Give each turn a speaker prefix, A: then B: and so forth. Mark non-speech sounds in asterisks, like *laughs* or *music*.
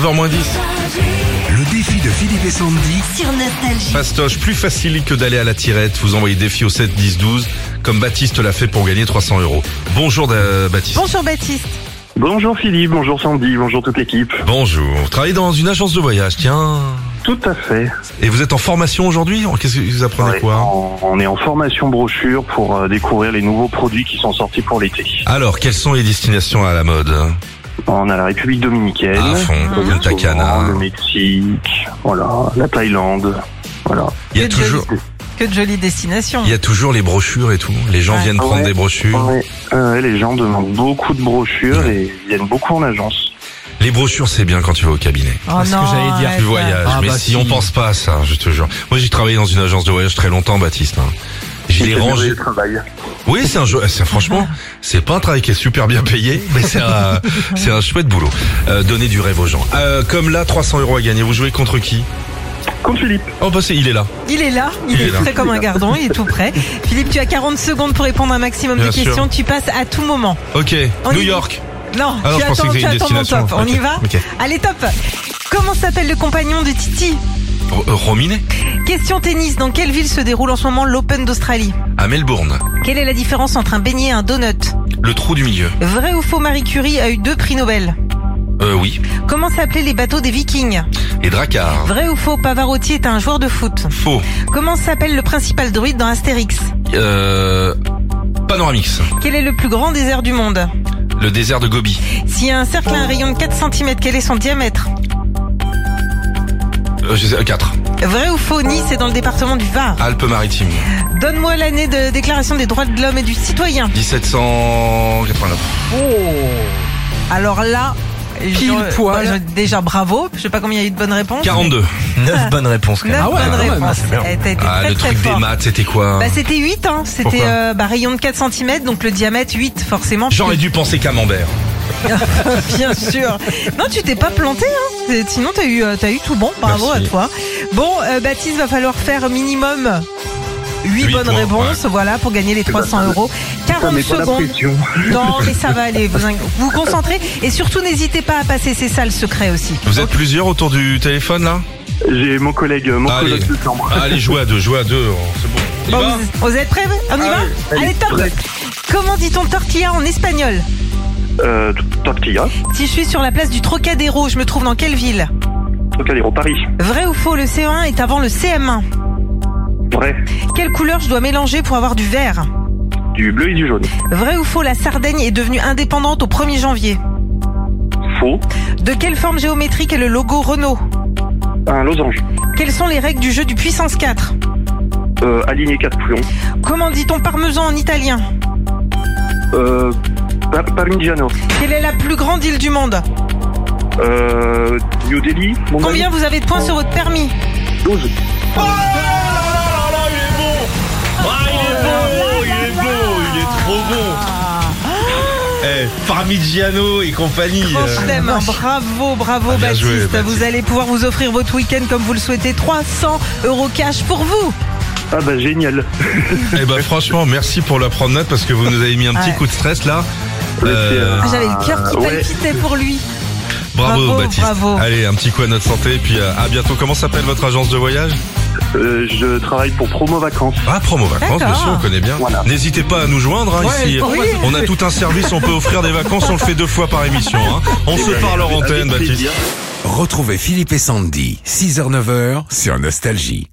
A: 9h 10.
B: Le défi de Philippe et Sandy.
C: sur Nostalgie.
A: Fastoche, plus facile que d'aller à la tirette. Vous envoyez défi au 7 10 12, comme Baptiste l'a fait pour gagner 300 euros. Bonjour euh, Baptiste.
C: Bonjour Baptiste.
D: Bonjour Philippe, bonjour Sandy, bonjour toute l'équipe.
A: Bonjour. Vous travaillez dans une agence de voyage, tiens.
D: Tout à fait.
A: Et vous êtes en formation aujourd'hui Qu'est-ce que vous apprenez
D: Ouais,
A: quoi
D: on, on est en formation brochure pour euh, découvrir les nouveaux produits qui sont sortis pour l'été.
A: Alors, quelles sont les destinations à la mode
D: On a la République dominicaine,
A: À fond,
D: le
A: Punta
D: Soudan,
A: Ah, Cana.
D: le Mexique, voilà, la Thaïlande, voilà.
A: Il y a
C: Que de
A: toujours,
C: jolies- Que de jolies destinations.
A: il y a toujours les brochures et tout. Les gens
C: Ouais.
A: viennent prendre
D: Ouais.
A: des brochures.
D: Ouais, euh, les gens demandent beaucoup de brochures et viennent beaucoup en agence.
A: Les brochures, c'est bien quand tu vas au cabinet.
C: Oh
E: C'est ce que j'allais dire.
A: Tu
C: arrête.
A: voyages,
E: Ah
A: mais
E: bah
A: si,
E: si.
A: on pense pas à ça, je te jure. Moi, j'ai travaillé dans une agence de voyage très longtemps, Baptiste. hein. J'ai les
D: C'est merveilleux
A: rangé.
D: le travail.
A: Oui, c'est un jeu. c'est- Franchement, c'est pas un travail qui est super bien payé, mais c'est un, c'est un chouette boulot. Euh, donner du rêve aux gens. Euh, comme là, 300 euros à gagner. Vous jouez contre qui
D: Compte Philippe.
A: Oh, bah c'est, il est là.
C: Il est là, il,
A: Il est
C: est,
A: là.
C: prêt comme un gardon, il est
A: *laughs*
C: tout prêt. Philippe, tu as 40 secondes pour répondre à un maximum
A: Bien
C: de
A: sûr.
C: questions. Tu passes à tout moment.
A: Ok.
C: On y
A: New
C: va.
A: York.
C: Non,
A: Ah non,
C: tu
A: je pensais
C: attends,
A: que c'était
C: tu
A: une
C: attends mon
A: destination.
C: top. On y
A: Ok,
C: va
A: ok.
C: Allez, top. Comment s'appelle le compagnon de Titi
A: R- euh, Rominé
C: Question tennis, dans quelle ville se déroule en ce moment l'Open d'Australie
A: à Melbourne.
C: Quelle est la différence entre un beignet et un donut
A: Le trou du milieu.
C: Vrai ou faux, Marie Curie a eu deux prix Nobel
A: Euh, oui.
C: Comment s'appelaient les bateaux des vikings
A: Et Dracar.
C: Vrai ou faux, Pavarotti est un joueur de foot
A: Faux.
C: Comment s'appelle le principal druide dans Astérix
A: Euh, Panoramix.
C: Quel est le plus grand désert du monde
A: Le désert de Gobi.
C: Si un cercle a un rayon de 4 cm, quel est son diamètre
A: Euh, je sais, euh, 4.
C: Vrai ou faux, Nice est dans le département du Var.
A: Alpes-Maritimes.
C: Donne-moi l'année de déclaration des droits de l'homme et du citoyen.
A: 1789.
C: Oh. Alors là,
E: Pile
C: je-
E: poil.
C: bah, je- déjà bravo, je sais pas combien il y a eu de bonnes réponses.
A: 42.
E: 9 bonnes réponses quand
C: Neuf
E: Ah ouais,
C: bonnes
E: quand même,
C: réponses.
E: c'est bien.
C: Eh, t'as été
A: Ah,
C: très,
A: le
C: très
A: truc
C: fort.
A: des maths, c'était quoi
C: Bah, c'était 8, hein. C'était
A: Pourquoi
C: euh, bah, rayon de 4 cm, donc le diamètre 8, forcément.
A: J'aurais dû penser camembert.
C: Bien sûr. Non, tu t'es pas planté, hein. C'est- Sinon, t'as eu, euh, t'as eu tout bon. Bravo
A: Merci.
C: à toi. Bon, euh, Baptiste, va falloir faire minimum 8,
A: Huit points,
C: bonnes
A: Eh ben,
C: réponses, voilà, pour gagner les 300 euros. 40
D: met pas la
C: secondes.
D: pression.
C: *laughs* Non, mais ça va aller. Vous in- vous concentrez et surtout n'hésitez pas à passer. C'est ça le secret aussi.
A: Vous êtes plusieurs autour du téléphone là
D: J'ai mon collègue, mon
A: Allez.
D: collègue de
A: Ah,
D: chambre.
A: *laughs* Allez, jouez à deux, jouez à deux, oh, c'est bon. On y
C: Bon,
A: va
C: vous, vous êtes prêts On y
A: Ah
C: va
D: oui,
C: Allez, top.
D: prêt.
C: Comment dit-on tortilla en espagnol
D: Euh, Tortilla,
C: Si je suis sur la place du Trocadéro, je me trouve dans quelle ville
D: Trocadéro, Paris.
C: Vrai ou faux, le CE1 est avant le CM1
D: Vrai,
C: Quelle couleur je dois mélanger pour avoir du vert
D: du bleu et du jaune.
C: Vrai ou faux, la Sardaigne est devenue indépendante au 1er janvier
D: Faux,
C: De quelle forme géométrique est le logo Renault
D: un losange.
C: Quelles sont les règles du jeu du puissance 4
D: Euh, aligné 4 plombs.
C: Comment dit-on parmesan en italien
D: Euh, Par- Parmigiano.
C: Quelle est la plus grande île du monde
D: Euh, New Delhi. Mumbai.
C: Combien vous avez de points sur votre permis
D: 12.
A: Ah, il est beau, il est beau, il est trop bon. Ah. Eh, Parmigiano et compagnie.
C: Oh,
A: euh,
C: je t'aime. bravo, bravo
A: Ah, bien
C: Baptiste.
A: joué, Baptiste.
C: Vous allez pouvoir vous offrir votre week-end comme vous le souhaitez. 300 euros cash pour vous.
D: Ah bah génial.
A: Eh ben franchement, merci pour la promenade parce que vous nous avez mis un petit
C: Ouais.
A: coup de stress là.
D: Mais
A: Euh,
C: Ah, J'avais le cœur qui
D: ouais.
C: palpitait pour lui.
A: bravo,
C: bravo,
A: Baptiste.
C: bravo.
A: Allez, un petit coup à notre santé et puis euh, à bientôt. Comment s'appelle votre agence de voyage
D: Euh, je travaille pour Promo Vacances.
A: Ah, promo vacances,
C: D'accord.
A: bien sûr, on connaît bien.
D: Voilà.
A: N'hésitez pas à nous joindre hein,
E: Ouais,
A: ici.
C: oui.
A: On a tout un service, on peut offrir des vacances, on le fait deux fois par émission. hein. On se parle en antenne,
D: Avec
A: Baptiste.
D: plaisir.
B: Retrouvez Philippe et Sandy, 6h-9h sur Nostalgie.